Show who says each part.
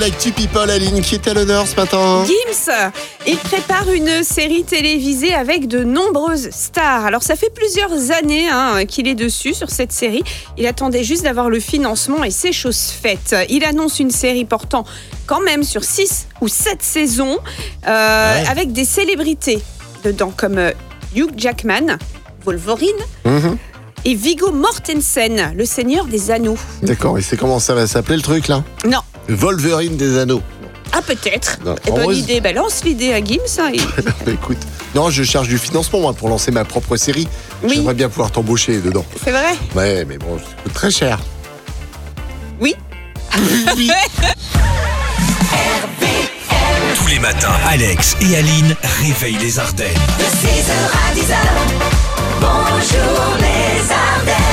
Speaker 1: l'actu people, Aline, qui est à l'honneur ce matin
Speaker 2: Gims, il prépare une série télévisée avec de nombreuses stars. Alors ça fait plusieurs années hein, qu'il est dessus sur cette série. Il attendait juste d'avoir le financement et c'est chose faite. Il annonce une série portant quand même sur 6 ou 7 saisons euh,
Speaker 1: Ouais.
Speaker 2: avec des célébrités dedans comme euh, Hugh Jackman, Wolverine
Speaker 1: Mhm.
Speaker 2: et Vigo Mortensen, le Seigneur des Anneaux.
Speaker 1: D'accord, et c'est comment ça va s'appeler le truc là
Speaker 2: Non.
Speaker 1: Wolverine des anneaux.
Speaker 2: Ah peut-être.
Speaker 1: Non,
Speaker 2: Eh,
Speaker 1: en
Speaker 2: Bonne
Speaker 1: vrai,
Speaker 2: idée. Bah, lance l'idée à Gims. hein, et-
Speaker 1: Bah, écoute, non, je cherche du financement moi pour lancer ma propre série.
Speaker 2: Oui.
Speaker 1: J'aimerais bien pouvoir t'embaucher dedans.
Speaker 2: C'est vrai.
Speaker 1: Ouais, mais bon, ça coûte très cher.
Speaker 2: Oui.
Speaker 1: Oui.
Speaker 3: Tous les matins, Alex et Aline réveillent les Ardennes.
Speaker 4: De 6h à 10h, bonjour les Ardennes.